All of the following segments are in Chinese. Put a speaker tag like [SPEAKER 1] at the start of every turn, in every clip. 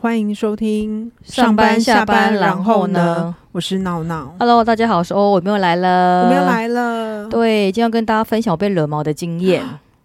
[SPEAKER 1] 欢迎收听然后？我是闹闹，
[SPEAKER 2] ？Hello，大家好，我是欧，我们又来了，
[SPEAKER 1] 我们又。来了。
[SPEAKER 2] 呃对，今天要跟大家分享我被惹毛的经验，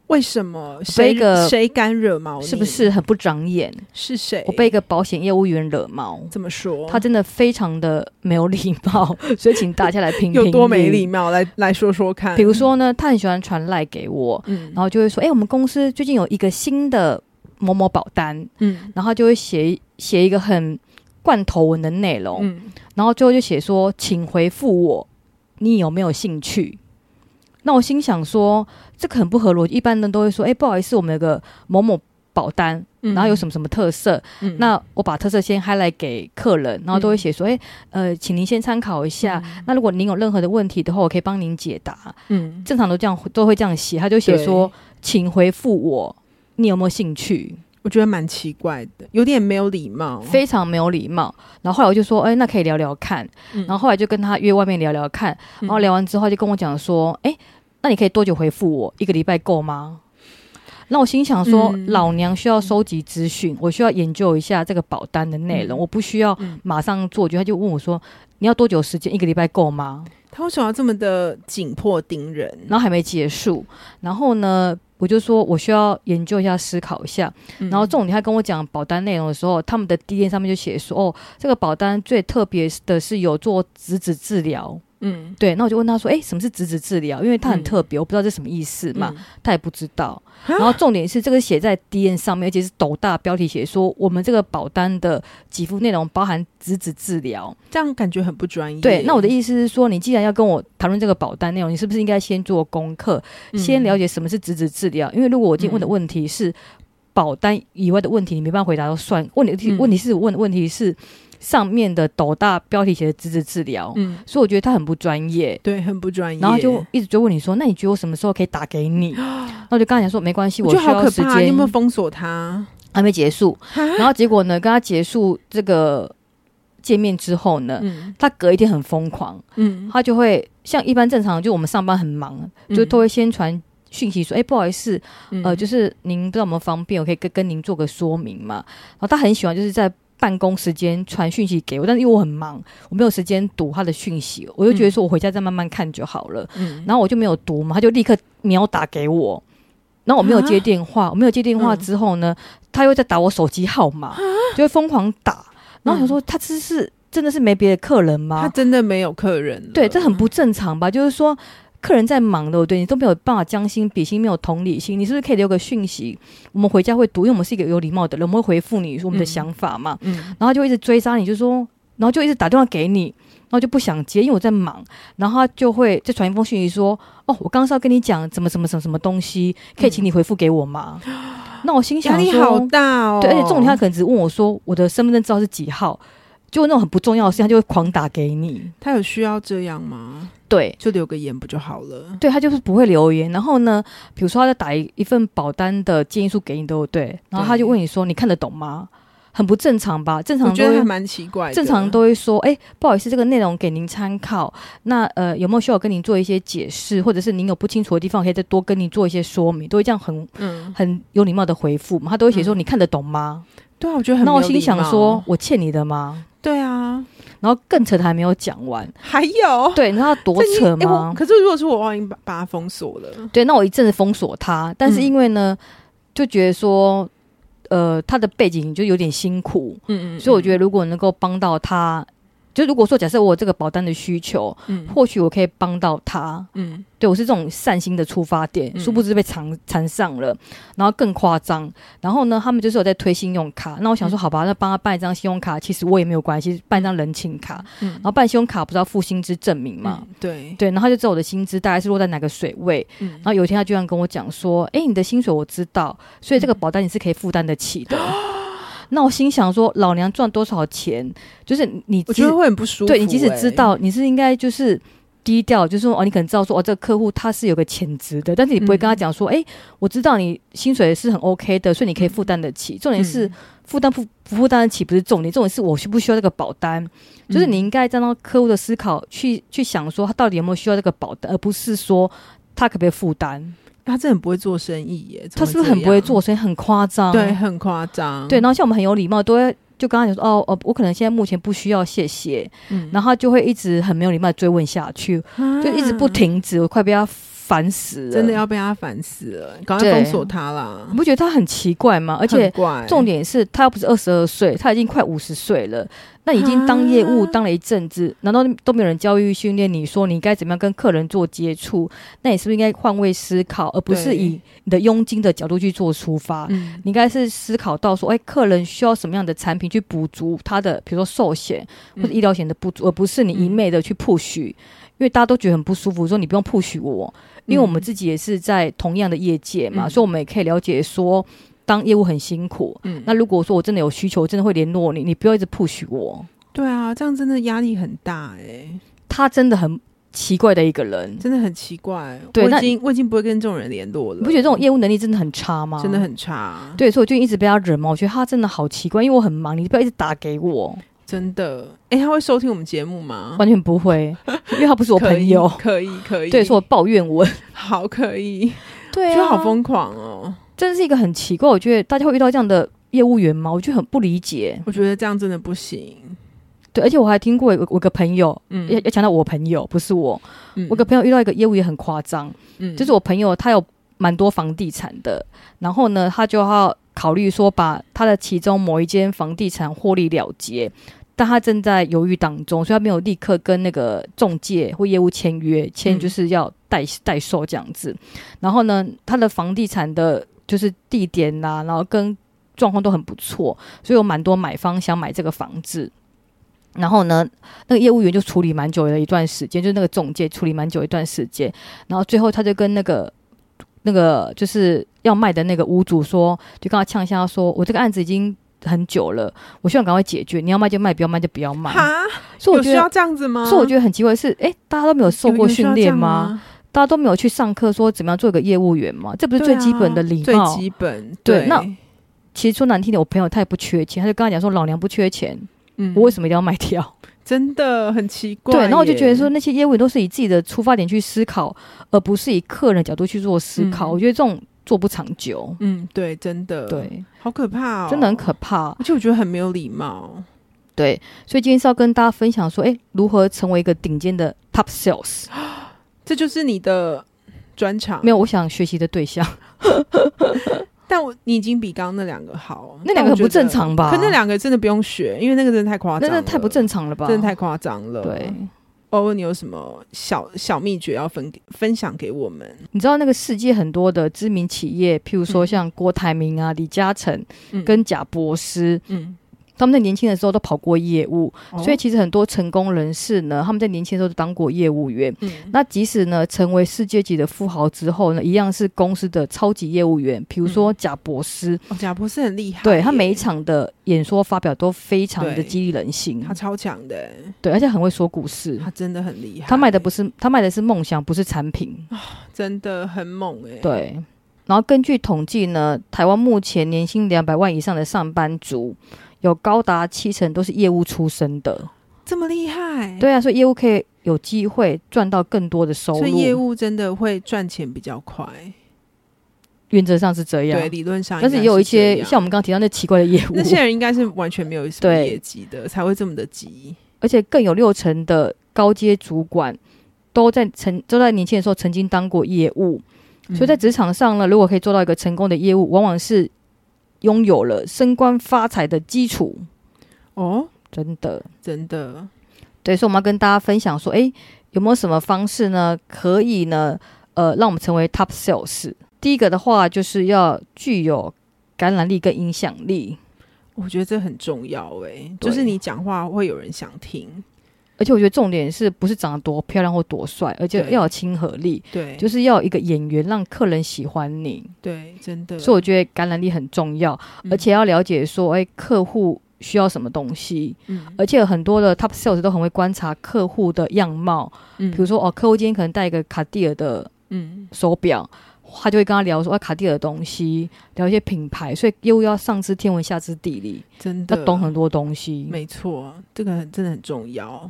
[SPEAKER 1] 为什么谁
[SPEAKER 2] 被一个
[SPEAKER 1] 谁敢惹毛你？
[SPEAKER 2] 是不是很不长眼？
[SPEAKER 1] 是谁？
[SPEAKER 2] 我被一个保险业务员惹毛，
[SPEAKER 1] 怎么说？
[SPEAKER 2] 他真的非常的没有礼貌，所以请大家来 评评
[SPEAKER 1] 有多没礼
[SPEAKER 2] 貌。
[SPEAKER 1] 貌？来来说说看。
[SPEAKER 2] 比如，说呢，他很喜欢传赖给我，
[SPEAKER 1] 嗯
[SPEAKER 2] 然后就会说：“哎、我们公司最近有一个新的某某保单，
[SPEAKER 1] 嗯
[SPEAKER 2] 然后他就会写写一个很罐头文的内容，
[SPEAKER 1] 嗯，
[SPEAKER 2] 然后最后就写说，请回复我，你有没有兴趣？那我心想说，这个很不合逻辑。一般人都会说，哎、不好意思，我们有个某某保单，
[SPEAKER 1] 嗯
[SPEAKER 2] 然后有什么什么特色，
[SPEAKER 1] 嗯
[SPEAKER 2] 那我把特色先 highlight 给客人，然后都会写说，哎、呃，请您先参考一下。那如果您有任何的问题的话，我可以帮您解答。
[SPEAKER 1] 嗯，
[SPEAKER 2] 正常都这样都会这样写，他就写说，请回复我，你有没有兴趣？
[SPEAKER 1] 我觉得蛮奇怪的，有点没有礼貌。
[SPEAKER 2] 非常没有礼貌。然后后来我就说，哎、那可以聊聊看。
[SPEAKER 1] 嗯
[SPEAKER 2] 然后后来就跟他约外面聊聊看，
[SPEAKER 1] 嗯
[SPEAKER 2] 然后聊完之后他就跟我讲说，哎、那你可以多久回复我？一个礼拜够吗？那我心想说，
[SPEAKER 1] 嗯
[SPEAKER 2] 老娘需要收集资讯，我需要研究一下这个保单的内容，
[SPEAKER 1] 嗯
[SPEAKER 2] 我不需要
[SPEAKER 1] 嗯
[SPEAKER 2] 马上做。就他就问我说，你要多久时间？一个礼拜够吗？
[SPEAKER 1] 他为什么要这么的紧迫盯人？
[SPEAKER 2] 然后还没结束，然后呢？我就说，我需要研究一下、思考一下。
[SPEAKER 1] 嗯
[SPEAKER 2] 然后重点，他跟我讲保单内容的时候，他们的 D N 上面就写说，哦，这个保单最特别的是有做质子治疗。
[SPEAKER 1] 嗯
[SPEAKER 2] 对，那我就问他说，诶，什么是质子治疗？因为它很
[SPEAKER 1] 嗯
[SPEAKER 2] 特别，我不知道这什么意思嘛，
[SPEAKER 1] 嗯
[SPEAKER 2] 他也不知道。然后重点是，这个写在 D N 上面，而且是斗大标题写说，我们这个保单的给付内容包含质子治疗。
[SPEAKER 1] 这样感觉很不专业。
[SPEAKER 2] 对，那我的意思是说，你既然要跟我谈论这个保单内容，你是不是应该先做功课，
[SPEAKER 1] 嗯
[SPEAKER 2] 先了解什么是职质治疗，因为如果我今天问的
[SPEAKER 1] 嗯
[SPEAKER 2] 问题是保单以外的问题，你没办法回答就算。问题
[SPEAKER 1] 嗯
[SPEAKER 2] 问题是问的问题是上面的斗大标题写的职质治疗，
[SPEAKER 1] 嗯，
[SPEAKER 2] 所以我觉得他很不专业。
[SPEAKER 1] 对，很不专业。
[SPEAKER 2] 然后他就一直就问你说，那你觉得我什么时候可以打给 你？那我就跟他讲说，没关系，
[SPEAKER 1] 我
[SPEAKER 2] 需
[SPEAKER 1] 觉得好
[SPEAKER 2] 要
[SPEAKER 1] 可
[SPEAKER 2] 时
[SPEAKER 1] 怕，你有
[SPEAKER 2] 间
[SPEAKER 1] 没有啊封锁他？
[SPEAKER 2] 还没结束。然后结果呢，跟他结束这个见面之后呢，
[SPEAKER 1] 嗯
[SPEAKER 2] 他隔一天很疯狂，
[SPEAKER 1] 嗯，
[SPEAKER 2] 他就会像一般正常，就我们上班很忙，就都会先传讯息说，哎、不好意思，
[SPEAKER 1] 嗯
[SPEAKER 2] 呃，就是是您不知道有没有方便，我可以跟跟您做个说明嘛。然后他很喜欢就是在办公时间传讯息给我，但是因为我很忙，我没有时间读他的讯息，我就觉得说我回家再慢慢看就好了。
[SPEAKER 1] 嗯
[SPEAKER 2] 然后我就没有读嘛，他就立刻秒打给我。然后我没有接电话，我没有接电话
[SPEAKER 1] 啊嗯啊
[SPEAKER 2] 之后呢，他又在打我手机号码，就会疯狂打。然后我说、他这是真的是没别的客人
[SPEAKER 1] 嗯
[SPEAKER 2] 吗？
[SPEAKER 1] 他真的没有客人了，
[SPEAKER 2] 对，这很不正常吧？就是说，客人在忙的，对你都没有办法将心比心，没有同理心，你是不是可以留个讯息？我们回家会读，因为我们是一个有礼貌的人，我们会回复你我们的
[SPEAKER 1] 嗯
[SPEAKER 2] 想法嘛。
[SPEAKER 1] 嗯
[SPEAKER 2] 然后就一直追杀你，就说，然后就一直打电话给你，然后就不想接，因为我在忙。然后他就会再传一封讯息说，哦，我刚刚是要跟你讲怎么怎么什么什么东西，可以请你回复给我吗？那我心
[SPEAKER 1] 嗯压
[SPEAKER 2] 想
[SPEAKER 1] 力
[SPEAKER 2] 说
[SPEAKER 1] 好大哦。
[SPEAKER 2] 对，而且重点他可能只问我说我的身份证知道是几号，就那种很不重要的事情，他就会狂打给你。
[SPEAKER 1] 他有需要这样吗？
[SPEAKER 2] 对，
[SPEAKER 1] 就留个言不就好了？
[SPEAKER 2] 对他就是不会留言。然后呢，比如说他在打一一份保单的建议书给你，对不对？然后他就问你说：“你看得懂吗？”很不正常吧？正
[SPEAKER 1] 我
[SPEAKER 2] 常都
[SPEAKER 1] 觉得还
[SPEAKER 2] 会
[SPEAKER 1] 蛮奇怪的，
[SPEAKER 2] 正常都会说：“哎、不好意思，这个内容给您参考。那呃，有没有需要跟您做一些解释，或者是您有不清楚的地方，可以再多跟您做一些说明？”都会这样很
[SPEAKER 1] 嗯，
[SPEAKER 2] 很有礼貌的回复嘛。他都会写说：“
[SPEAKER 1] 嗯
[SPEAKER 2] 你看得懂吗
[SPEAKER 1] 对啊，我觉得？”很。
[SPEAKER 2] 那我心想说，：“，我欠你的吗
[SPEAKER 1] 对啊，？”
[SPEAKER 2] 然后更扯的还没有讲完，
[SPEAKER 1] 还有
[SPEAKER 2] 对，你知道他多
[SPEAKER 1] 这已经
[SPEAKER 2] 扯
[SPEAKER 1] 诶我
[SPEAKER 2] 吗？
[SPEAKER 1] 可是如果是我，我已经把把他封锁了。
[SPEAKER 2] 对，那我一阵子封锁他，但是
[SPEAKER 1] 嗯
[SPEAKER 2] 因为呢，就觉得说，呃，他的背景就有点辛苦，
[SPEAKER 1] 嗯嗯，
[SPEAKER 2] 所以我觉得如果能够帮到他，就如果说假设我有这个保单的需求，
[SPEAKER 1] 得，嗯
[SPEAKER 2] 或许我可以帮到他。
[SPEAKER 1] 嗯
[SPEAKER 2] 对我是这种善心的出发点，
[SPEAKER 1] 嗯
[SPEAKER 2] 殊不知被缠缠上了，然后更夸张。然后呢，他们就是有在推信用卡，那我想说，
[SPEAKER 1] 嗯
[SPEAKER 2] 好吧，那帮他办一张信用卡，其实我也没有关系，办一张人情卡。
[SPEAKER 1] 嗯，
[SPEAKER 2] 然后办信用卡不是要付薪资证明嘛？
[SPEAKER 1] 嗯对，
[SPEAKER 2] 对，然后他就知道我的薪资大概是落在哪个水位，
[SPEAKER 1] 嗯
[SPEAKER 2] 然后有一天他居然跟我讲说：“哎、你的薪水我知道，所以
[SPEAKER 1] 嗯
[SPEAKER 2] 这个保单你是可以负担得起 的。那我心想说：“老娘赚多少钱？就是你
[SPEAKER 1] 我
[SPEAKER 2] 即
[SPEAKER 1] 觉
[SPEAKER 2] 使
[SPEAKER 1] 得会很不舒服。欸
[SPEAKER 2] 对你即使
[SPEAKER 1] 诶
[SPEAKER 2] 知，道，你是应该就是低调，就是说哦，你可能知道说哦，这个客户他是有个潜质的，但是你不会跟他
[SPEAKER 1] 嗯
[SPEAKER 2] 讲说：‘哎、我知道你薪水是很 OK 的，所以你可以负担得起。’重点是
[SPEAKER 1] 嗯
[SPEAKER 2] 负担不不负担得起不是重点，重点是我需不需要这个保单。”就是
[SPEAKER 1] 嗯
[SPEAKER 2] 你应该站到客户的思考去去想说他到底有没有需要这个保单，而不是说他可不可以负担。
[SPEAKER 1] 他真的很不会做生意耶，
[SPEAKER 2] 他
[SPEAKER 1] 怎么
[SPEAKER 2] 是不是很
[SPEAKER 1] 这
[SPEAKER 2] 不会
[SPEAKER 1] 样啊
[SPEAKER 2] 做，所以很夸张？
[SPEAKER 1] 对，很夸张。嗯
[SPEAKER 2] 对。然后像我们很有礼貌，都会就刚刚你说哦哦，我可能现在目前不需要，谢谢。
[SPEAKER 1] 嗯
[SPEAKER 2] 然后他就会一直很没有礼貌地追问下去，就一直不，停止，我快被他烦死了。
[SPEAKER 1] 啊真的要被他烦死了，赶快
[SPEAKER 2] 对
[SPEAKER 1] 封锁他啦
[SPEAKER 2] 你！不觉得他很奇怪吗？而且
[SPEAKER 1] 很怪
[SPEAKER 2] 重点是他又不是二十二岁，他已经快五十岁了，那已经当业
[SPEAKER 1] 啊
[SPEAKER 2] 务当了一阵子，难道都没有人教育训练你说你该怎么样跟客人做接触？那你是不是应该换位思考，而不是
[SPEAKER 1] 对
[SPEAKER 2] 以你的佣金的角度去做出发？
[SPEAKER 1] 嗯
[SPEAKER 2] 你应该是思考到说，哎，客人需要什么样的产品去补足他的，比如说寿险
[SPEAKER 1] 嗯
[SPEAKER 2] 或者医疗险的不足，而不是你一昧的去 push，、因为大家都觉得很不舒服，说你不用 push 我，因为我们自己也是在同样的业界嘛，
[SPEAKER 1] 嗯
[SPEAKER 2] 所以我们也可以了解说，当业务很辛苦。
[SPEAKER 1] 嗯
[SPEAKER 2] 那如果说我真的有需求，我真的会联络你，你不要一直 push 我。
[SPEAKER 1] 对啊，这样真的压力很大哎，
[SPEAKER 2] 他真的很奇怪的一个人，
[SPEAKER 1] 真的很奇怪。
[SPEAKER 2] 对
[SPEAKER 1] 我
[SPEAKER 2] 那
[SPEAKER 1] 已经我已经不会跟这种人联络了。
[SPEAKER 2] 你不觉得这种业务能力真的很差吗？
[SPEAKER 1] 真的。很差？
[SPEAKER 2] 对，所以我就一直被他惹嘛，我觉得他真的好奇怪，因为我很忙，你不要一直打给我，
[SPEAKER 1] 真的。哎，他会收听我们节目吗？
[SPEAKER 2] 完全不会，因为他不是我
[SPEAKER 1] 啊可
[SPEAKER 2] 朋
[SPEAKER 1] 以
[SPEAKER 2] 友，
[SPEAKER 1] 可以可以，
[SPEAKER 2] 对，是我抱怨我，
[SPEAKER 1] 好可以，
[SPEAKER 2] 对啊
[SPEAKER 1] 觉得好，疯狂哦。
[SPEAKER 2] 真是一个很奇怪，我觉得大家会遇到这样的业务员吗？我就很不理解，
[SPEAKER 1] 我觉得这样真的不行。
[SPEAKER 2] 对，而且我还听过有我有个朋友，
[SPEAKER 1] 嗯
[SPEAKER 2] 要要强调我朋友不是我，
[SPEAKER 1] 嗯
[SPEAKER 2] 我有个朋友遇到一个业务也很夸张，
[SPEAKER 1] 嗯
[SPEAKER 2] 就是我朋友他有蛮多房地产的，然后呢，他就要考虑说把他的其中某一间房地产获利了结，但他正在犹豫当中，所以他没有立刻跟那个中介或业务签约，签
[SPEAKER 1] 嗯
[SPEAKER 2] 就是要代代售这样子。然后呢，他的房地产的就是地点呐、然后跟状况都很不错，所以有蛮多买方想买这个房子。然后呢，那个业务员就处理蛮久的一段时间，就是那个中介处理蛮久一段时间，然后最后他就跟那个那个就是要卖的那个屋主说，就跟他呛一下说，我这个案子已经很久了，我希望赶快解决，你要卖就卖，不要卖就不要卖。
[SPEAKER 1] 哈，
[SPEAKER 2] 所以我
[SPEAKER 1] 有
[SPEAKER 2] 觉
[SPEAKER 1] 需要
[SPEAKER 2] 得，
[SPEAKER 1] 这样子吗？
[SPEAKER 2] 所以我觉得很奇怪的是，诶，大家都没有受
[SPEAKER 1] 有
[SPEAKER 2] 过
[SPEAKER 1] 有需
[SPEAKER 2] 训
[SPEAKER 1] 要这
[SPEAKER 2] 练
[SPEAKER 1] 样
[SPEAKER 2] 吗？？大家都没有去上课说怎么样做一个业务员吗？这不是
[SPEAKER 1] 对
[SPEAKER 2] 最
[SPEAKER 1] 啊
[SPEAKER 2] 基本的礼
[SPEAKER 1] 最
[SPEAKER 2] 貌？
[SPEAKER 1] 基本。
[SPEAKER 2] 对
[SPEAKER 1] 对，
[SPEAKER 2] 那其实说难听点，我朋友他也不缺钱，他就跟他讲说，老娘不缺钱，
[SPEAKER 1] 嗯
[SPEAKER 2] 我为什么一定要卖掉？
[SPEAKER 1] 真的很奇怪耶？
[SPEAKER 2] 对，然后我就觉得说，那些业务员都是以自己的出发点去思考，而不是以客人的角度去做思考。
[SPEAKER 1] 嗯
[SPEAKER 2] 我觉得这种做不长久，
[SPEAKER 1] 嗯，对，真的，，
[SPEAKER 2] 对，
[SPEAKER 1] 好可怕哦，
[SPEAKER 2] 真的很可怕。
[SPEAKER 1] 而且我觉得很没有礼貌。
[SPEAKER 2] 对，所以今天是要跟大家分享说，哎，如何成为一个顶尖的 top sales？
[SPEAKER 1] 这就是你的专长，
[SPEAKER 2] 没
[SPEAKER 1] 有？
[SPEAKER 2] 有，我想学习的对象，
[SPEAKER 1] 但我你已经比刚刚那两个好，
[SPEAKER 2] 那
[SPEAKER 1] 但
[SPEAKER 2] 两个
[SPEAKER 1] 我
[SPEAKER 2] 很
[SPEAKER 1] 觉
[SPEAKER 2] 不正
[SPEAKER 1] 得。
[SPEAKER 2] 常吧？
[SPEAKER 1] 可那两个真的不用学，因为那个真的太夸
[SPEAKER 2] 那
[SPEAKER 1] 张了，
[SPEAKER 2] 那太不正常了吧？
[SPEAKER 1] 真的太夸张了。
[SPEAKER 2] 对，，
[SPEAKER 1] 哦，你有什么小小秘诀要分给分享给我们？
[SPEAKER 2] 你知道那个世界很多的知名企业，譬如说
[SPEAKER 1] 嗯
[SPEAKER 2] 像郭台铭啊、李嘉诚
[SPEAKER 1] 嗯
[SPEAKER 2] 跟贾博士，
[SPEAKER 1] 嗯，
[SPEAKER 2] 他们在年轻的时候都跑过业务，
[SPEAKER 1] 哦
[SPEAKER 2] 所以，其实很多成功人士呢，他们在年轻的时候就当过业务员。
[SPEAKER 1] 嗯，
[SPEAKER 2] 那即使呢成为世界级的富豪之后呢，一样是公司的超级业务员。比如
[SPEAKER 1] 嗯
[SPEAKER 2] 说贾博士，
[SPEAKER 1] 哦贾博士很厉害耶，
[SPEAKER 2] 对他每一场的演说发表都非常的
[SPEAKER 1] 对
[SPEAKER 2] 激励人心
[SPEAKER 1] 他，超强的耶，
[SPEAKER 2] 对，而且很会说故事
[SPEAKER 1] 他。真的很厉害。欸哎
[SPEAKER 2] 他卖的不是他卖的是梦想，不是产品。
[SPEAKER 1] 真的很猛哎，，
[SPEAKER 2] 对。然后根据统计呢，台湾目前年薪两百万以上的上班族，有高达七成都是业务出身的。
[SPEAKER 1] 这么厉害，，
[SPEAKER 2] 对啊，所以业务可以有机会赚到更多的收入。
[SPEAKER 1] 所以业务真的会赚钱比较快，
[SPEAKER 2] 原则上是这样，
[SPEAKER 1] 对，理论上应该
[SPEAKER 2] 啊但
[SPEAKER 1] 这样，
[SPEAKER 2] 是也有一些像我们刚刚提到那奇怪的业务
[SPEAKER 1] 那，些人应该是完全没有什么
[SPEAKER 2] 对
[SPEAKER 1] 业绩的，才会这么的急。
[SPEAKER 2] 而且更有六成的高阶主管都在曾都在年轻的时候曾经当过业务，所以在
[SPEAKER 1] 嗯
[SPEAKER 2] 职场上呢，如果可以做到一个成功的业务，往往是拥有了升官发财的基础，
[SPEAKER 1] 哦，
[SPEAKER 2] 真的。
[SPEAKER 1] 真的，
[SPEAKER 2] 对，所以我们要跟大家分享说，诶，有没有什么方式呢，可以呢，呃，让我们成为 top sales？第一个的话，就是要具有感染力跟影响力。
[SPEAKER 1] 我觉得这很重要哎，就
[SPEAKER 2] 对
[SPEAKER 1] 是你讲话会有人想听，
[SPEAKER 2] 而且我觉得重点是不是长得多漂亮或多帅，而且
[SPEAKER 1] 对
[SPEAKER 2] 要有亲和力，
[SPEAKER 1] 对，
[SPEAKER 2] 就是要有一个演员让客人喜欢你。
[SPEAKER 1] 对，真的。
[SPEAKER 2] 所以我觉得感染力很重要，
[SPEAKER 1] 嗯
[SPEAKER 2] 而且要了解说，哎、客户需要什么东西。
[SPEAKER 1] 嗯，
[SPEAKER 2] 而且很多的 top sales 都很会观察客户的样貌，
[SPEAKER 1] 嗯
[SPEAKER 2] 比如说哦，客户今天可能戴一个卡地尔的
[SPEAKER 1] 嗯，
[SPEAKER 2] 手表，他就会跟他聊说、啊、卡地尔的东西，聊一些品牌，所以业务要上知天文下知地理，
[SPEAKER 1] 真的
[SPEAKER 2] 要懂很多东西。
[SPEAKER 1] 啊没错，这个很真的很重要。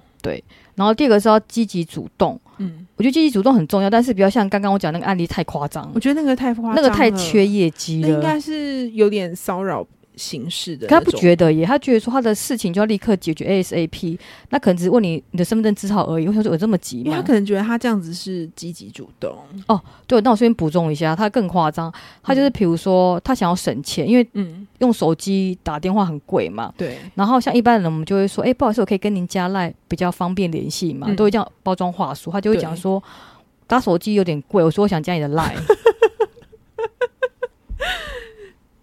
[SPEAKER 2] 然后第二个是要积极主动，
[SPEAKER 1] 嗯，
[SPEAKER 2] 我觉得积极主动很重要，但是不要像刚刚我讲那个案例太夸张
[SPEAKER 1] 我，觉得那个太夸张
[SPEAKER 2] 那
[SPEAKER 1] 了，
[SPEAKER 2] 个太缺业绩
[SPEAKER 1] 那应
[SPEAKER 2] 了。
[SPEAKER 1] 该是有点骚扰形式的
[SPEAKER 2] 可他
[SPEAKER 1] 那种。
[SPEAKER 2] 不觉得耶，他觉得说他的事情就要立刻解决 ASAP，那可能只是问你你的身份证字号而已。我想说有这么急
[SPEAKER 1] 因为他
[SPEAKER 2] 吗？
[SPEAKER 1] 可能觉得他这样子是积极主动，
[SPEAKER 2] 对，那我顺便补充一下，他更夸张，他就是比如说他想要省钱，因为
[SPEAKER 1] 嗯，
[SPEAKER 2] 用手机打电话很贵嘛。
[SPEAKER 1] 对，
[SPEAKER 2] 然后像一般人，我们就会说，哎、不好意思，我可以跟您加赖比较方便联系嘛，
[SPEAKER 1] 嗯
[SPEAKER 2] 都会这样包装话术。他就会
[SPEAKER 1] 对
[SPEAKER 2] 讲说，打手机有点贵，我说我想加你的赖。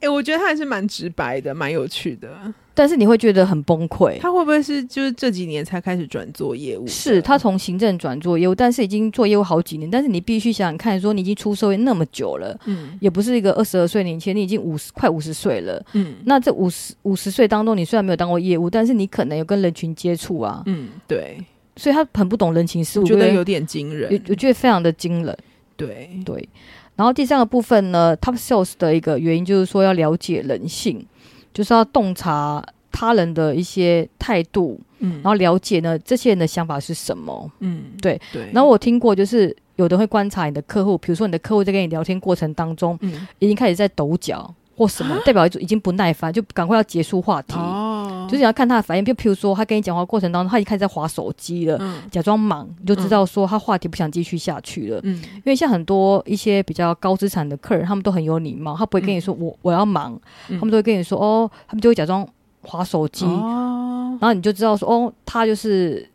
[SPEAKER 1] 哎、我觉得他还是蛮直白的，蛮有趣的。
[SPEAKER 2] 但是你会觉得很崩溃。
[SPEAKER 1] 他会不会是就是这几年才开始转做业务的？
[SPEAKER 2] 是他从行政转做业务，但是已经做业务好几年，但是你必须想想看，说你已经出社会那么久了，
[SPEAKER 1] 嗯
[SPEAKER 2] 也不是一个二十二岁年轻人，你已经五十快五十岁了。
[SPEAKER 1] 嗯
[SPEAKER 2] 那这五十五十岁当中，你虽然没有当过业务，但是你可能有跟人群接触啊，
[SPEAKER 1] 嗯，对，
[SPEAKER 2] 所以他很不懂人情世故，
[SPEAKER 1] 我觉
[SPEAKER 2] 对
[SPEAKER 1] 得
[SPEAKER 2] 不对
[SPEAKER 1] 有点惊
[SPEAKER 2] 我
[SPEAKER 1] 人。
[SPEAKER 2] 我觉得非常的惊人，
[SPEAKER 1] 对，
[SPEAKER 2] 对。然后第三个部分呢，Top Sales 的一个原因就是说要了解人性，就是要洞察他人的一些态度，
[SPEAKER 1] 嗯
[SPEAKER 2] 然后了解呢这些人的想法是什么。
[SPEAKER 1] 嗯，
[SPEAKER 2] 对
[SPEAKER 1] 对，
[SPEAKER 2] 然后我听过就是有的会观察你的客户，比如说你的客户在跟你聊天过程当中
[SPEAKER 1] 嗯
[SPEAKER 2] 已经开始在抖脚或什么，代表已经不耐烦，就赶快要结束话题。
[SPEAKER 1] 啊哦，
[SPEAKER 2] 就是你要看他的反应，就譬如说他跟你讲话过程当中，他已经开始在划手机了，
[SPEAKER 1] 嗯
[SPEAKER 2] 假装忙，你就知道说他话题不想继续下去了。
[SPEAKER 1] 嗯
[SPEAKER 2] 因为像很多一些比较高资产的客人，他们都很有礼貌，他不会跟你说我、我要忙，
[SPEAKER 1] 嗯
[SPEAKER 2] 他们都会跟你说哦，他们就会假装划手机，
[SPEAKER 1] 哦，
[SPEAKER 2] 然后你就知道说哦，他就是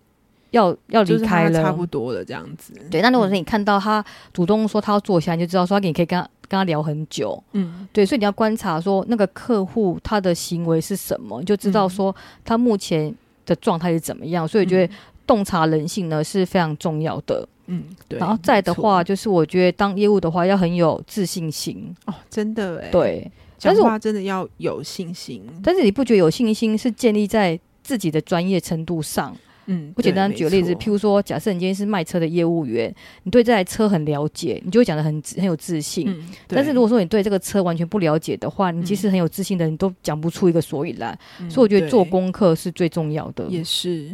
[SPEAKER 2] 要要
[SPEAKER 1] 就
[SPEAKER 2] 离
[SPEAKER 1] 是
[SPEAKER 2] 开
[SPEAKER 1] 他
[SPEAKER 2] 了，
[SPEAKER 1] 差不多了这样子。
[SPEAKER 2] 对，那如果是你看到他主动说他要坐下，你就知道说他你可以跟他跟他聊很久。
[SPEAKER 1] 嗯
[SPEAKER 2] 对，所以你要观察说那个客户他的行为是什么，你就知
[SPEAKER 1] 嗯
[SPEAKER 2] 道说他目前的状态是怎么样。所以我觉得洞察人性呢是非常重要的。
[SPEAKER 1] 嗯，对。
[SPEAKER 2] 然后再的话，
[SPEAKER 1] 没
[SPEAKER 2] 就是我觉得当业务的话要很有自信心。
[SPEAKER 1] 错，哦，真的哎，，
[SPEAKER 2] 对，
[SPEAKER 1] 讲
[SPEAKER 2] 但是我
[SPEAKER 1] 话真的要有信心。
[SPEAKER 2] 但是你不觉得有信心是建立在自己的专业程度上？
[SPEAKER 1] 嗯，
[SPEAKER 2] 我简
[SPEAKER 1] 对
[SPEAKER 2] 单
[SPEAKER 1] 没
[SPEAKER 2] 举个例子，
[SPEAKER 1] 错
[SPEAKER 2] 譬如说，假设你今天是卖车的业务员，你对这台车很了解，你就会讲的很自很有自信。
[SPEAKER 1] 嗯，
[SPEAKER 2] 但是
[SPEAKER 1] 对
[SPEAKER 2] 如果说你对这个车完全不了解的话，你即
[SPEAKER 1] 嗯
[SPEAKER 2] 使很有自信的，你都讲不出一个所以然。
[SPEAKER 1] 嗯
[SPEAKER 2] 所以我觉得
[SPEAKER 1] 对
[SPEAKER 2] 做功课是最重要的。
[SPEAKER 1] 也是，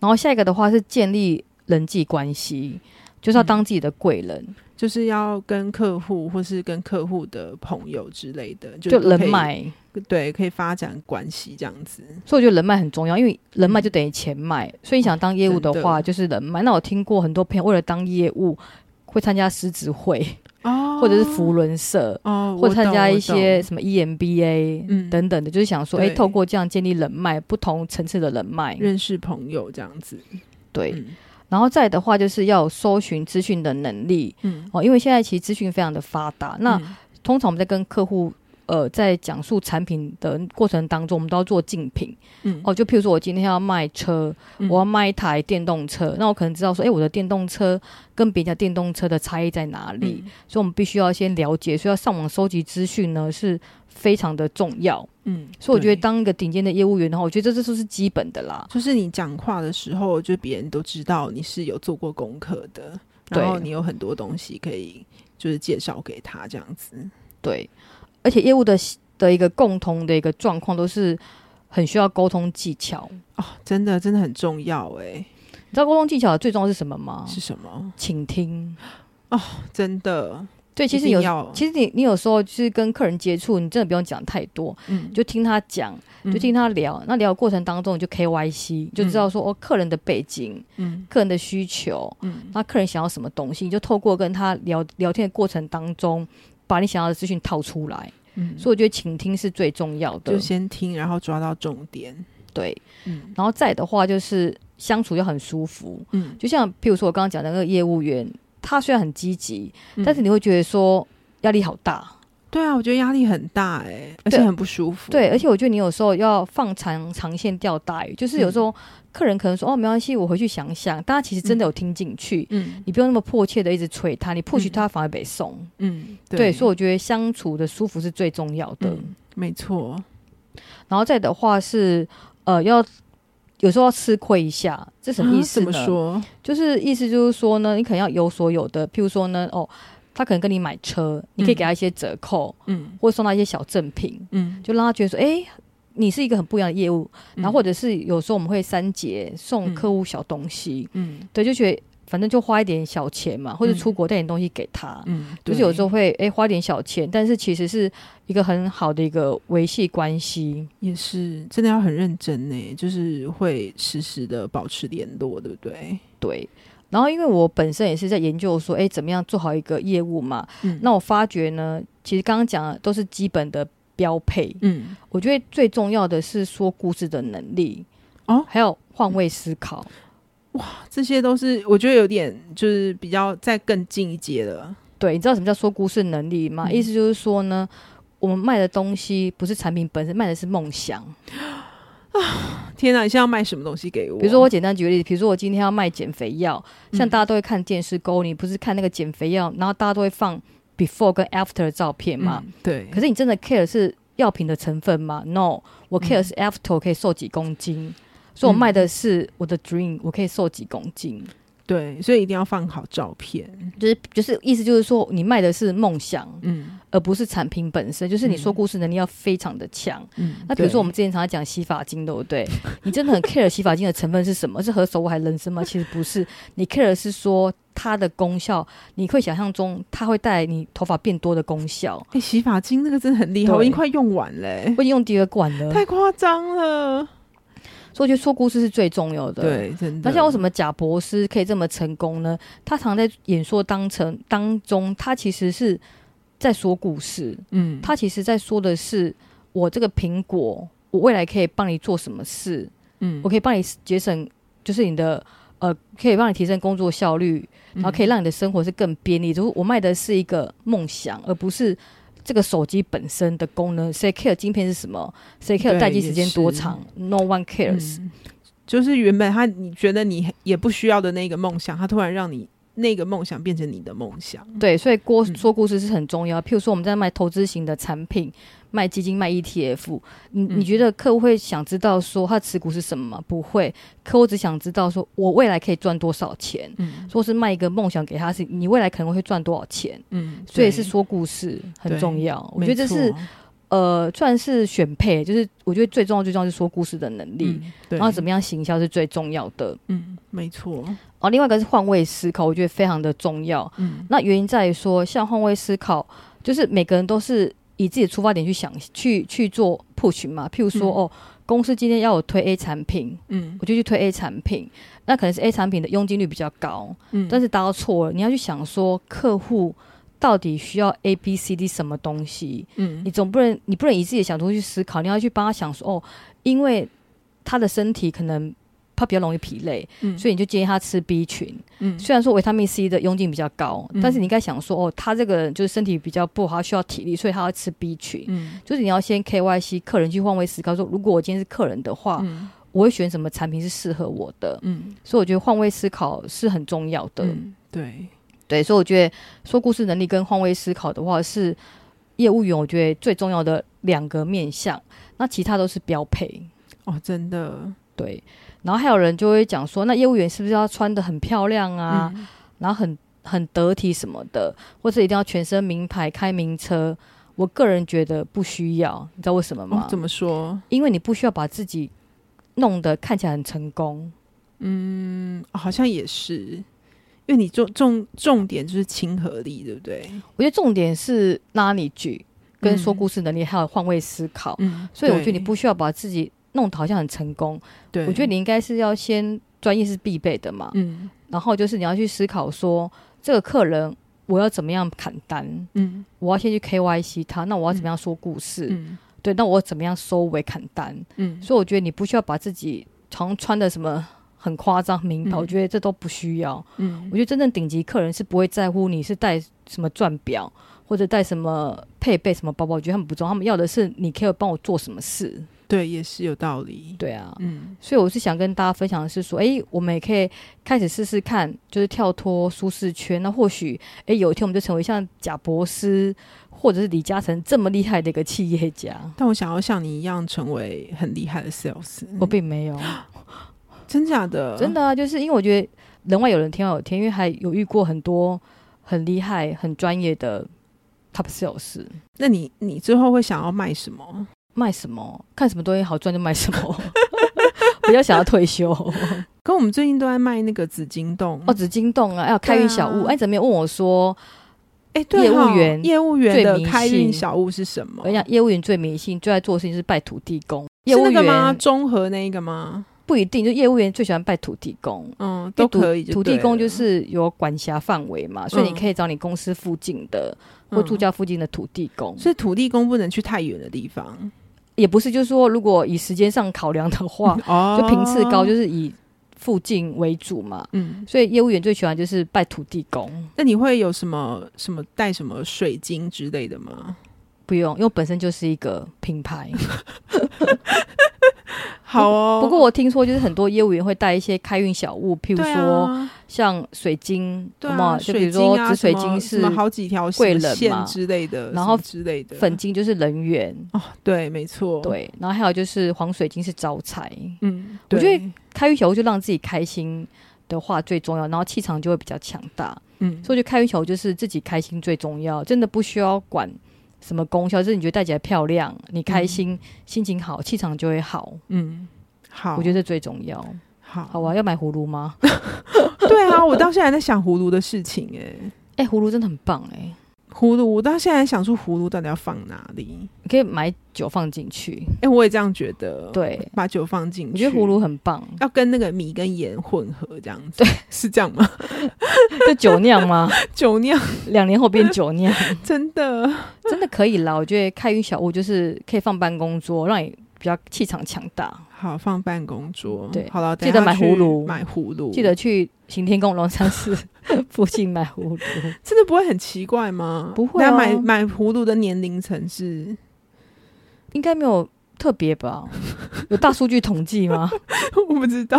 [SPEAKER 2] 然后下一个的话是建立人际关系，就是要
[SPEAKER 1] 嗯
[SPEAKER 2] 当自己的贵人，
[SPEAKER 1] 就是要跟客户或是跟客户的朋友之类的，就
[SPEAKER 2] 就
[SPEAKER 1] 都
[SPEAKER 2] 人
[SPEAKER 1] 可以，
[SPEAKER 2] 脉。
[SPEAKER 1] 对，可以发展关系这样子。
[SPEAKER 2] 所以我觉得人脉很重要，因为人脉
[SPEAKER 1] 嗯
[SPEAKER 2] 就等于钱脉。所以你想当业务的
[SPEAKER 1] 真的
[SPEAKER 2] 话，就是人脉。那我听过很多朋友为了当业务，会参加狮子会，
[SPEAKER 1] 哦
[SPEAKER 2] 或者是福伦社。
[SPEAKER 1] 哦，我
[SPEAKER 2] 或参
[SPEAKER 1] 懂
[SPEAKER 2] 加
[SPEAKER 1] 我
[SPEAKER 2] 一些
[SPEAKER 1] 懂
[SPEAKER 2] 什么 E EMBA、
[SPEAKER 1] 嗯
[SPEAKER 2] 等等的，就是想说，哎、
[SPEAKER 1] 对
[SPEAKER 2] 透过这样建立人脉，不同层次的人脉，
[SPEAKER 1] 认识朋友这样子。
[SPEAKER 2] 对。
[SPEAKER 1] 嗯
[SPEAKER 2] 然后再的话，就是要有搜寻资讯的能力
[SPEAKER 1] 嗯，
[SPEAKER 2] 哦，因为现在其实资讯非常的发达。那、
[SPEAKER 1] 嗯
[SPEAKER 2] 通常我们在跟客户呃在讲述产品的过程当中，我们都要做竞品
[SPEAKER 1] 嗯
[SPEAKER 2] 哦。就譬如说我今天要卖车，
[SPEAKER 1] 嗯
[SPEAKER 2] 我要卖一台电动车，那我可能知道说，哎，我的电动车跟别人家电动车的差异在哪里，
[SPEAKER 1] 嗯
[SPEAKER 2] 所以我们必须要先了解，所以要上网收集资讯呢是非常的重要。
[SPEAKER 1] 嗯，
[SPEAKER 2] 所以我觉得
[SPEAKER 1] 对
[SPEAKER 2] 当一个顶尖的业务员的话，我觉得这这都是基本的啦。
[SPEAKER 1] 就是你讲话的时候，就别人都知道你是有做过功课的，然后
[SPEAKER 2] 对
[SPEAKER 1] 你有很多东西可以就是介绍给他这样子。
[SPEAKER 2] 对，而且业务的的一个共同的一个状况都是很需要沟通技巧。
[SPEAKER 1] 哦，真的真的很重要哎，
[SPEAKER 2] 你知道沟通技巧最重要是什么吗？
[SPEAKER 1] 是什么？
[SPEAKER 2] 倾听。
[SPEAKER 1] 真的，
[SPEAKER 2] 对，哎其
[SPEAKER 1] 一
[SPEAKER 2] 实
[SPEAKER 1] 定
[SPEAKER 2] 有，
[SPEAKER 1] 要
[SPEAKER 2] 其实你你有时候就是跟客人接触，你真的不用讲太多，
[SPEAKER 1] 嗯
[SPEAKER 2] 你就听他讲，就听他聊。那聊的过程当中，你就 KYC，你就知道说、哦，客人的背景、
[SPEAKER 1] 嗯
[SPEAKER 2] 客人的需求，
[SPEAKER 1] 嗯
[SPEAKER 2] 那客人想要什么东西，你就透过跟他聊聊天的过程当中，把你想要的资讯套出来。
[SPEAKER 1] 嗯，
[SPEAKER 2] 所以我觉得倾听是最重要的
[SPEAKER 1] 就。先听，然后抓到重点。
[SPEAKER 2] 对，
[SPEAKER 1] 嗯
[SPEAKER 2] 然后再的话就是相处要很舒服，
[SPEAKER 1] 嗯，
[SPEAKER 2] 就像譬如说我刚刚讲的那个业务员，他虽然很积极，但是
[SPEAKER 1] 嗯
[SPEAKER 2] 你会觉得说压力好大。
[SPEAKER 1] 对啊，我觉得压力很大哎、而且
[SPEAKER 2] 对
[SPEAKER 1] 很不舒服。
[SPEAKER 2] 对，而且我觉得你有时候要放长长线钓大鱼，就是有时
[SPEAKER 1] 嗯
[SPEAKER 2] 候客人可能说、哦没关系，我回去想想，但他其实真的有听进去，
[SPEAKER 1] 嗯
[SPEAKER 2] 你不用那么迫切的一直催他，你 push
[SPEAKER 1] 嗯
[SPEAKER 2] 他反而被送。
[SPEAKER 1] 嗯，
[SPEAKER 2] 对，所以我觉得相处的舒服是最重要的。
[SPEAKER 1] 嗯，没错。
[SPEAKER 2] 然后再的话是呃要。有时候要吃亏一下，这什么意
[SPEAKER 1] 啊
[SPEAKER 2] 思
[SPEAKER 1] 怎
[SPEAKER 2] 呢？
[SPEAKER 1] 么说？
[SPEAKER 2] 就是意思就是说呢，你可能要有所有的，譬如说呢，哦，他可能跟你买车，你可以给他一些折扣，
[SPEAKER 1] 嗯
[SPEAKER 2] 或送他一些小赠品，
[SPEAKER 1] 嗯，
[SPEAKER 2] 就让他觉得说，哎、你是一个很不一样的业务。然后或
[SPEAKER 1] 者
[SPEAKER 2] 者是有时候我们会三节送客户小东西，
[SPEAKER 1] 嗯
[SPEAKER 2] 对，就觉得反正就花一点小钱嘛，或者出国带点东西给他。
[SPEAKER 1] 嗯，
[SPEAKER 2] 就
[SPEAKER 1] 对，
[SPEAKER 2] 是有时候会哎、花点小钱，但是其实是一个很好的一个维系关系。
[SPEAKER 1] 也是真的要很认真呢，就是会时时的保持联络，对不对？
[SPEAKER 2] 对，然后因为我本身也是在研究说，哎、怎么样做好一个业务嘛？
[SPEAKER 1] 嗯
[SPEAKER 2] 那我发觉呢，其实刚刚讲的都是基本的标配，
[SPEAKER 1] 嗯，
[SPEAKER 2] 我觉得最重要的是说故事的能力
[SPEAKER 1] 哦
[SPEAKER 2] 还有换位思考。
[SPEAKER 1] 这些都是我觉得有点就是比较再更进一阶了。
[SPEAKER 2] 对，你知道什么叫说故事能力吗？
[SPEAKER 1] 嗯
[SPEAKER 2] 意思就是说呢，我们卖的东西不是产品本身，卖的是梦想。
[SPEAKER 1] 天哪，你现在要卖什么东西给我？
[SPEAKER 2] 比如说，我简单举个例子，比如说我今天要卖减肥药，
[SPEAKER 1] 嗯
[SPEAKER 2] 像大家都会看电视购物，你不是看那个减肥药，然后大家都会放 before 跟 after 的照片嘛？
[SPEAKER 1] 嗯对，
[SPEAKER 2] 可是你真的 care 是药品的成分吗？No，我 care 是 after 我可以瘦几公斤，所以我卖的是我的 dream，我可以瘦几公斤。
[SPEAKER 1] 对，所以一定要放好照片。
[SPEAKER 2] 就是就是意思就是说，你卖的是梦想，
[SPEAKER 1] 嗯
[SPEAKER 2] 而不是产品本身。就是你
[SPEAKER 1] 嗯
[SPEAKER 2] 说故事能力要非常的强。
[SPEAKER 1] 嗯，
[SPEAKER 2] 那比如
[SPEAKER 1] 对
[SPEAKER 2] 说我们之前常常讲洗发精，对不对？ 你真的很 care 洗发精的成分是什么？是何首乌还人参吗？其实不是，你 care 的是说它的功效，你会想象中它会带来你头发变多的功效。
[SPEAKER 1] 哎、洗发精那个真的很厉害，
[SPEAKER 2] 对
[SPEAKER 1] 我已经快用完了、欸
[SPEAKER 2] 我已经用第二罐了，
[SPEAKER 1] 太夸张了。
[SPEAKER 2] 所以我觉得说故事是最重要的。。
[SPEAKER 1] 对，真的。
[SPEAKER 2] 那像为什
[SPEAKER 1] 么？
[SPEAKER 2] 么贾博士可以这么成功呢？他常在演说当成当中，他其实是在说故事，
[SPEAKER 1] 嗯，
[SPEAKER 2] 他其实在说的是我这个苹果，我未来可以帮你做什么事，
[SPEAKER 1] 嗯
[SPEAKER 2] 我可以帮你节省，就是你的呃，可以帮你提升工作效率，
[SPEAKER 1] 嗯
[SPEAKER 2] 然后可以让你的生活是更便利。就是我卖的是一个梦想，而不是这个手机本身的功能。谁 care 晶片是什么？谁 care
[SPEAKER 1] 对
[SPEAKER 2] 待机时间多
[SPEAKER 1] 也是
[SPEAKER 2] 长？No one
[SPEAKER 1] 嗯
[SPEAKER 2] cares、
[SPEAKER 1] 就是原本他你觉得你也不需要的那个梦想，他突然让你那个梦想变成你的梦想。
[SPEAKER 2] 对，所以郭
[SPEAKER 1] 嗯
[SPEAKER 2] 说故事是很重要。譬如说，我们在卖投资型的产品，卖基金、卖 ETF，你
[SPEAKER 1] 嗯
[SPEAKER 2] 你觉得客户会想知道说他持股是什么吗？不会，客户只想知道说我未来可以赚多少钱。
[SPEAKER 1] 嗯
[SPEAKER 2] 说是卖一个梦想给他是，你未来可能会赚多少钱，
[SPEAKER 1] 嗯，
[SPEAKER 2] 所以
[SPEAKER 1] 对
[SPEAKER 2] 是，说故事很
[SPEAKER 1] 对
[SPEAKER 2] 重要。我觉得这
[SPEAKER 1] 没错
[SPEAKER 2] 是呃，算是选配，就是我觉得最重要最重要是说故事的能力，
[SPEAKER 1] 嗯，对，
[SPEAKER 2] 然后怎么样行销是最重要的。
[SPEAKER 1] 嗯，没错，
[SPEAKER 2] 哦，另外一个是换位思考，我觉得非常的重要。
[SPEAKER 1] 嗯
[SPEAKER 2] 那原因在于说，像换位思考，就是每个人都是以自己的出发点去想，去去做 push 嘛。譬如说，
[SPEAKER 1] 嗯
[SPEAKER 2] 哦，公司今天要我推 A 产品，
[SPEAKER 1] 嗯
[SPEAKER 2] 我就去推 A 产品，那可能是 A 产品的佣金率比较高，
[SPEAKER 1] 嗯，
[SPEAKER 2] 但
[SPEAKER 1] 是
[SPEAKER 2] 是答到错了，你要去想说客户到底需要 A、B、C、D 什么东西，
[SPEAKER 1] 嗯
[SPEAKER 2] 你总不能你不能以自己的角度去思考，你要去帮他想说哦，因为他的身体可能他比较容易疲累，
[SPEAKER 1] 嗯
[SPEAKER 2] 所以你就建议他吃 B 群。
[SPEAKER 1] 嗯
[SPEAKER 2] 虽然说维他命 C 的佣金比较高，
[SPEAKER 1] 嗯
[SPEAKER 2] 但是你应该想说哦，他这个人就是身体比较不好，他需要体力，所以他要吃 B 群。
[SPEAKER 1] 嗯
[SPEAKER 2] 就是你要先 KYC 客人去换位思考，说如果我今天是客人的话，
[SPEAKER 1] 嗯
[SPEAKER 2] 我会选什么产品是适合我的。
[SPEAKER 1] 嗯
[SPEAKER 2] 所以我觉得换位思考是很重要的。
[SPEAKER 1] 嗯对，
[SPEAKER 2] 对，所以我觉得说故事能力跟换位思考的话，是业务员我觉得最重要的两个面向，那其他都是标配。
[SPEAKER 1] 哦，真的
[SPEAKER 2] 对，然后还有人就会讲说，那业务员是不是要穿的很漂亮啊，，
[SPEAKER 1] 嗯
[SPEAKER 2] 然后很很得体什么的，或者一定要全身名牌、开名车？我个人觉得不需要，你知道为什么吗
[SPEAKER 1] 哦？怎么说？
[SPEAKER 2] 因为你不需要把自己弄得看起来很成功。
[SPEAKER 1] 嗯，好像也是。因为你重重重点就是亲和力，对不对？
[SPEAKER 2] 我觉得重点是拉你句，跟说
[SPEAKER 1] 嗯
[SPEAKER 2] 故事能力，还有换位思考。
[SPEAKER 1] 嗯，
[SPEAKER 2] 所以我觉得
[SPEAKER 1] 对
[SPEAKER 2] 你不，需要把自己弄得好像很成功，
[SPEAKER 1] 对，
[SPEAKER 2] 我觉得你应该是要先专业是必备的嘛，
[SPEAKER 1] 嗯
[SPEAKER 2] 然后就是你要去思考说这个客人我要怎么样砍单，
[SPEAKER 1] 嗯
[SPEAKER 2] 我要先去 KYC 他，那我要怎么样说故事，
[SPEAKER 1] 嗯
[SPEAKER 2] 对，那我怎么样收尾砍单，
[SPEAKER 1] 嗯，
[SPEAKER 2] 所以我觉得你不需要把自己好像穿的什么。很夸张，名牌，
[SPEAKER 1] 嗯
[SPEAKER 2] 我觉得这都不需要。
[SPEAKER 1] 嗯
[SPEAKER 2] 我觉得真正顶级客人是不会在乎你是带什么钻表或者带什么配备、什么包包，我觉得他们不重要，他们要的是你可以帮我做什么事。
[SPEAKER 1] 对，也是有道理。
[SPEAKER 2] 对啊，
[SPEAKER 1] 嗯
[SPEAKER 2] 所以我是想跟大家分享的是说，诶，我们也可以开始试试看，就是跳脱舒适圈。那或许，诶，有一天我们就成为像贾博士或者是李嘉诚这么厉害的一个企业家。
[SPEAKER 1] 但我想要像你一样成为很厉害的 sales，
[SPEAKER 2] 我并没有，
[SPEAKER 1] 真假的？
[SPEAKER 2] 真的啊，就是因为我觉得人外有人，天外有天，因为还有遇过很多很厉害、很专业的 top sales，
[SPEAKER 1] 那你你最后会想要卖什么？ 嗯
[SPEAKER 2] 卖什么看什么东西好赚就卖什么，比较想要退休。
[SPEAKER 1] 可我们最近都在卖那个紫金洞
[SPEAKER 2] 哦，，紫金洞啊，还有开运小
[SPEAKER 1] 对
[SPEAKER 2] 物，
[SPEAKER 1] 啊
[SPEAKER 2] 哎、怎么没有问我说？
[SPEAKER 1] 哎，对
[SPEAKER 2] 业务
[SPEAKER 1] 哈
[SPEAKER 2] 员
[SPEAKER 1] 业务员
[SPEAKER 2] 最
[SPEAKER 1] 的
[SPEAKER 2] 迷
[SPEAKER 1] 开运
[SPEAKER 2] 信
[SPEAKER 1] 小物是什么
[SPEAKER 2] 我？跟你讲，业务员最迷信，最爱做的事情就是拜土地公。业
[SPEAKER 1] 是
[SPEAKER 2] 务
[SPEAKER 1] 那个吗？
[SPEAKER 2] 员
[SPEAKER 1] 中和那一个吗？
[SPEAKER 2] 不一定，就业务员最喜欢拜土地公。
[SPEAKER 1] 嗯，
[SPEAKER 2] 因
[SPEAKER 1] 都
[SPEAKER 2] 为土
[SPEAKER 1] 可以就对了。
[SPEAKER 2] 土地公就是有管辖范围嘛，所以你
[SPEAKER 1] 嗯
[SPEAKER 2] 可以找你公司附近的、或住
[SPEAKER 1] 嗯
[SPEAKER 2] 家附近的土地公。
[SPEAKER 1] 所以土地公不能去太远的地方，
[SPEAKER 2] 也不是，就是说，如果以时间上考量的话
[SPEAKER 1] 哦
[SPEAKER 2] 就频次高，就是以附近为主嘛。
[SPEAKER 1] 嗯。
[SPEAKER 2] 所以业务员最喜欢就是拜土地公，
[SPEAKER 1] 那你会有什么什么带什么水晶之类的吗？
[SPEAKER 2] 不用，因为本身就是一个品牌。
[SPEAKER 1] 好哦，
[SPEAKER 2] 不过我听说，就是很多业务员会带一些开运小物，譬如
[SPEAKER 1] 对
[SPEAKER 2] 说
[SPEAKER 1] 啊，
[SPEAKER 2] 像水晶，
[SPEAKER 1] 对
[SPEAKER 2] 有没有
[SPEAKER 1] 啊，
[SPEAKER 2] 就比
[SPEAKER 1] 水
[SPEAKER 2] 如
[SPEAKER 1] 晶
[SPEAKER 2] 说
[SPEAKER 1] 啊，
[SPEAKER 2] 紫水
[SPEAKER 1] 什么
[SPEAKER 2] 晶
[SPEAKER 1] 什
[SPEAKER 2] 是
[SPEAKER 1] 么好几条
[SPEAKER 2] 贵
[SPEAKER 1] 什么
[SPEAKER 2] 人
[SPEAKER 1] 线
[SPEAKER 2] 嘛
[SPEAKER 1] 之类的，
[SPEAKER 2] 然
[SPEAKER 1] 什
[SPEAKER 2] 后
[SPEAKER 1] 么之类的
[SPEAKER 2] 粉晶，就是人缘，
[SPEAKER 1] 哦，对，没错，，
[SPEAKER 2] 对，然后还有就是黄水晶是招财。
[SPEAKER 1] 嗯，
[SPEAKER 2] 我
[SPEAKER 1] 对
[SPEAKER 2] 觉得开运小物就让自己开心的话最重要，然后气场就会比较强大。
[SPEAKER 1] 嗯，
[SPEAKER 2] 所以我觉得开运小物就是自己开心最重要，真的不需要管什么功效，就是你觉得戴起来漂亮，你开心，心情好，气场就会好。
[SPEAKER 1] 嗯，好，
[SPEAKER 2] 我觉
[SPEAKER 1] 得
[SPEAKER 2] 得这最重 要。
[SPEAKER 1] 好，
[SPEAKER 2] 好啊，要买葫芦吗？
[SPEAKER 1] 对啊，我到现在还在想葫芦的事情、哎，
[SPEAKER 2] 哎、葫芦真的很棒哎、
[SPEAKER 1] 葫芦，我到现在还想出葫芦到底要放哪里？
[SPEAKER 2] 你可以买酒放进去。
[SPEAKER 1] 哎、我也这样觉得，，
[SPEAKER 2] 对，
[SPEAKER 1] 把酒放进去，
[SPEAKER 2] 我觉得葫芦很棒，
[SPEAKER 1] 要跟那个米跟盐混合这样子，对，是这样吗？
[SPEAKER 2] 就酒酿 吗？
[SPEAKER 1] 酒酿
[SPEAKER 2] 两年后变酒酿，
[SPEAKER 1] 真的，
[SPEAKER 2] 真的可以啦。我觉得开运小物就是可以放办公桌，让你比较气场强大。
[SPEAKER 1] 好放办公桌，
[SPEAKER 2] 对
[SPEAKER 1] 好了，
[SPEAKER 2] 记得
[SPEAKER 1] 等一下
[SPEAKER 2] 买
[SPEAKER 1] 去
[SPEAKER 2] 葫芦
[SPEAKER 1] 买葫芦，
[SPEAKER 2] 记得去行天宫龙山寺 附近买葫芦。
[SPEAKER 1] 真的不会很奇怪吗？
[SPEAKER 2] 不会啊
[SPEAKER 1] 那买买葫芦的年龄层是，
[SPEAKER 2] 应该没有特别吧？有大数据统计 吗？
[SPEAKER 1] 我不知道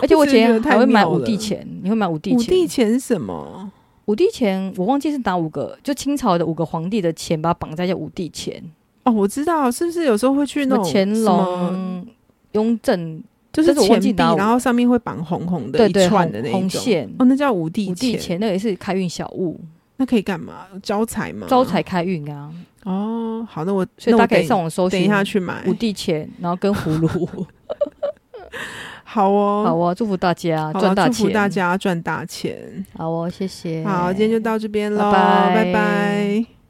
[SPEAKER 2] 而且我以
[SPEAKER 1] 我
[SPEAKER 2] 前
[SPEAKER 1] 是觉得太
[SPEAKER 2] 还会买
[SPEAKER 1] 妙了
[SPEAKER 2] 五帝钱，你会买五帝
[SPEAKER 1] 五帝
[SPEAKER 2] 钱？
[SPEAKER 1] 钱是什么？
[SPEAKER 2] 五帝钱，我忘记是哪五个，就清朝的五个皇帝的钱，把它绑在叫五帝钱，
[SPEAKER 1] 哦，我知道，是不是有时候会去
[SPEAKER 2] 什
[SPEAKER 1] 那
[SPEAKER 2] 么
[SPEAKER 1] 种
[SPEAKER 2] 乾
[SPEAKER 1] 什么
[SPEAKER 2] 隆、雍正，
[SPEAKER 1] 就是
[SPEAKER 2] 但是我忘
[SPEAKER 1] 钱
[SPEAKER 2] 记
[SPEAKER 1] 币，
[SPEAKER 2] 拿我
[SPEAKER 1] 然后上面会绑红红的
[SPEAKER 2] 对
[SPEAKER 1] 一
[SPEAKER 2] 对，
[SPEAKER 1] 串的那
[SPEAKER 2] 红
[SPEAKER 1] 一
[SPEAKER 2] 红
[SPEAKER 1] 种。
[SPEAKER 2] 线。
[SPEAKER 1] 哦，那叫五帝
[SPEAKER 2] 五帝
[SPEAKER 1] 钱，
[SPEAKER 2] 钱那也是开运小物，
[SPEAKER 1] 那可以干嘛？招财吗？
[SPEAKER 2] 招财开运啊，
[SPEAKER 1] 哦，好，那我
[SPEAKER 2] 所以
[SPEAKER 1] 那
[SPEAKER 2] 大
[SPEAKER 1] 我
[SPEAKER 2] 家可以
[SPEAKER 1] 等
[SPEAKER 2] 上网搜
[SPEAKER 1] 等
[SPEAKER 2] 寻
[SPEAKER 1] 一下去买
[SPEAKER 2] 五。帝钱，然后跟葫芦。
[SPEAKER 1] 好哦，
[SPEAKER 2] 好哦，祝福大家
[SPEAKER 1] 好啊
[SPEAKER 2] 赚大
[SPEAKER 1] 祝福
[SPEAKER 2] 钱，
[SPEAKER 1] 大家赚大钱。
[SPEAKER 2] 好哦，谢谢，
[SPEAKER 1] 好，今天就到这边喽，
[SPEAKER 2] 拜拜
[SPEAKER 1] 拜拜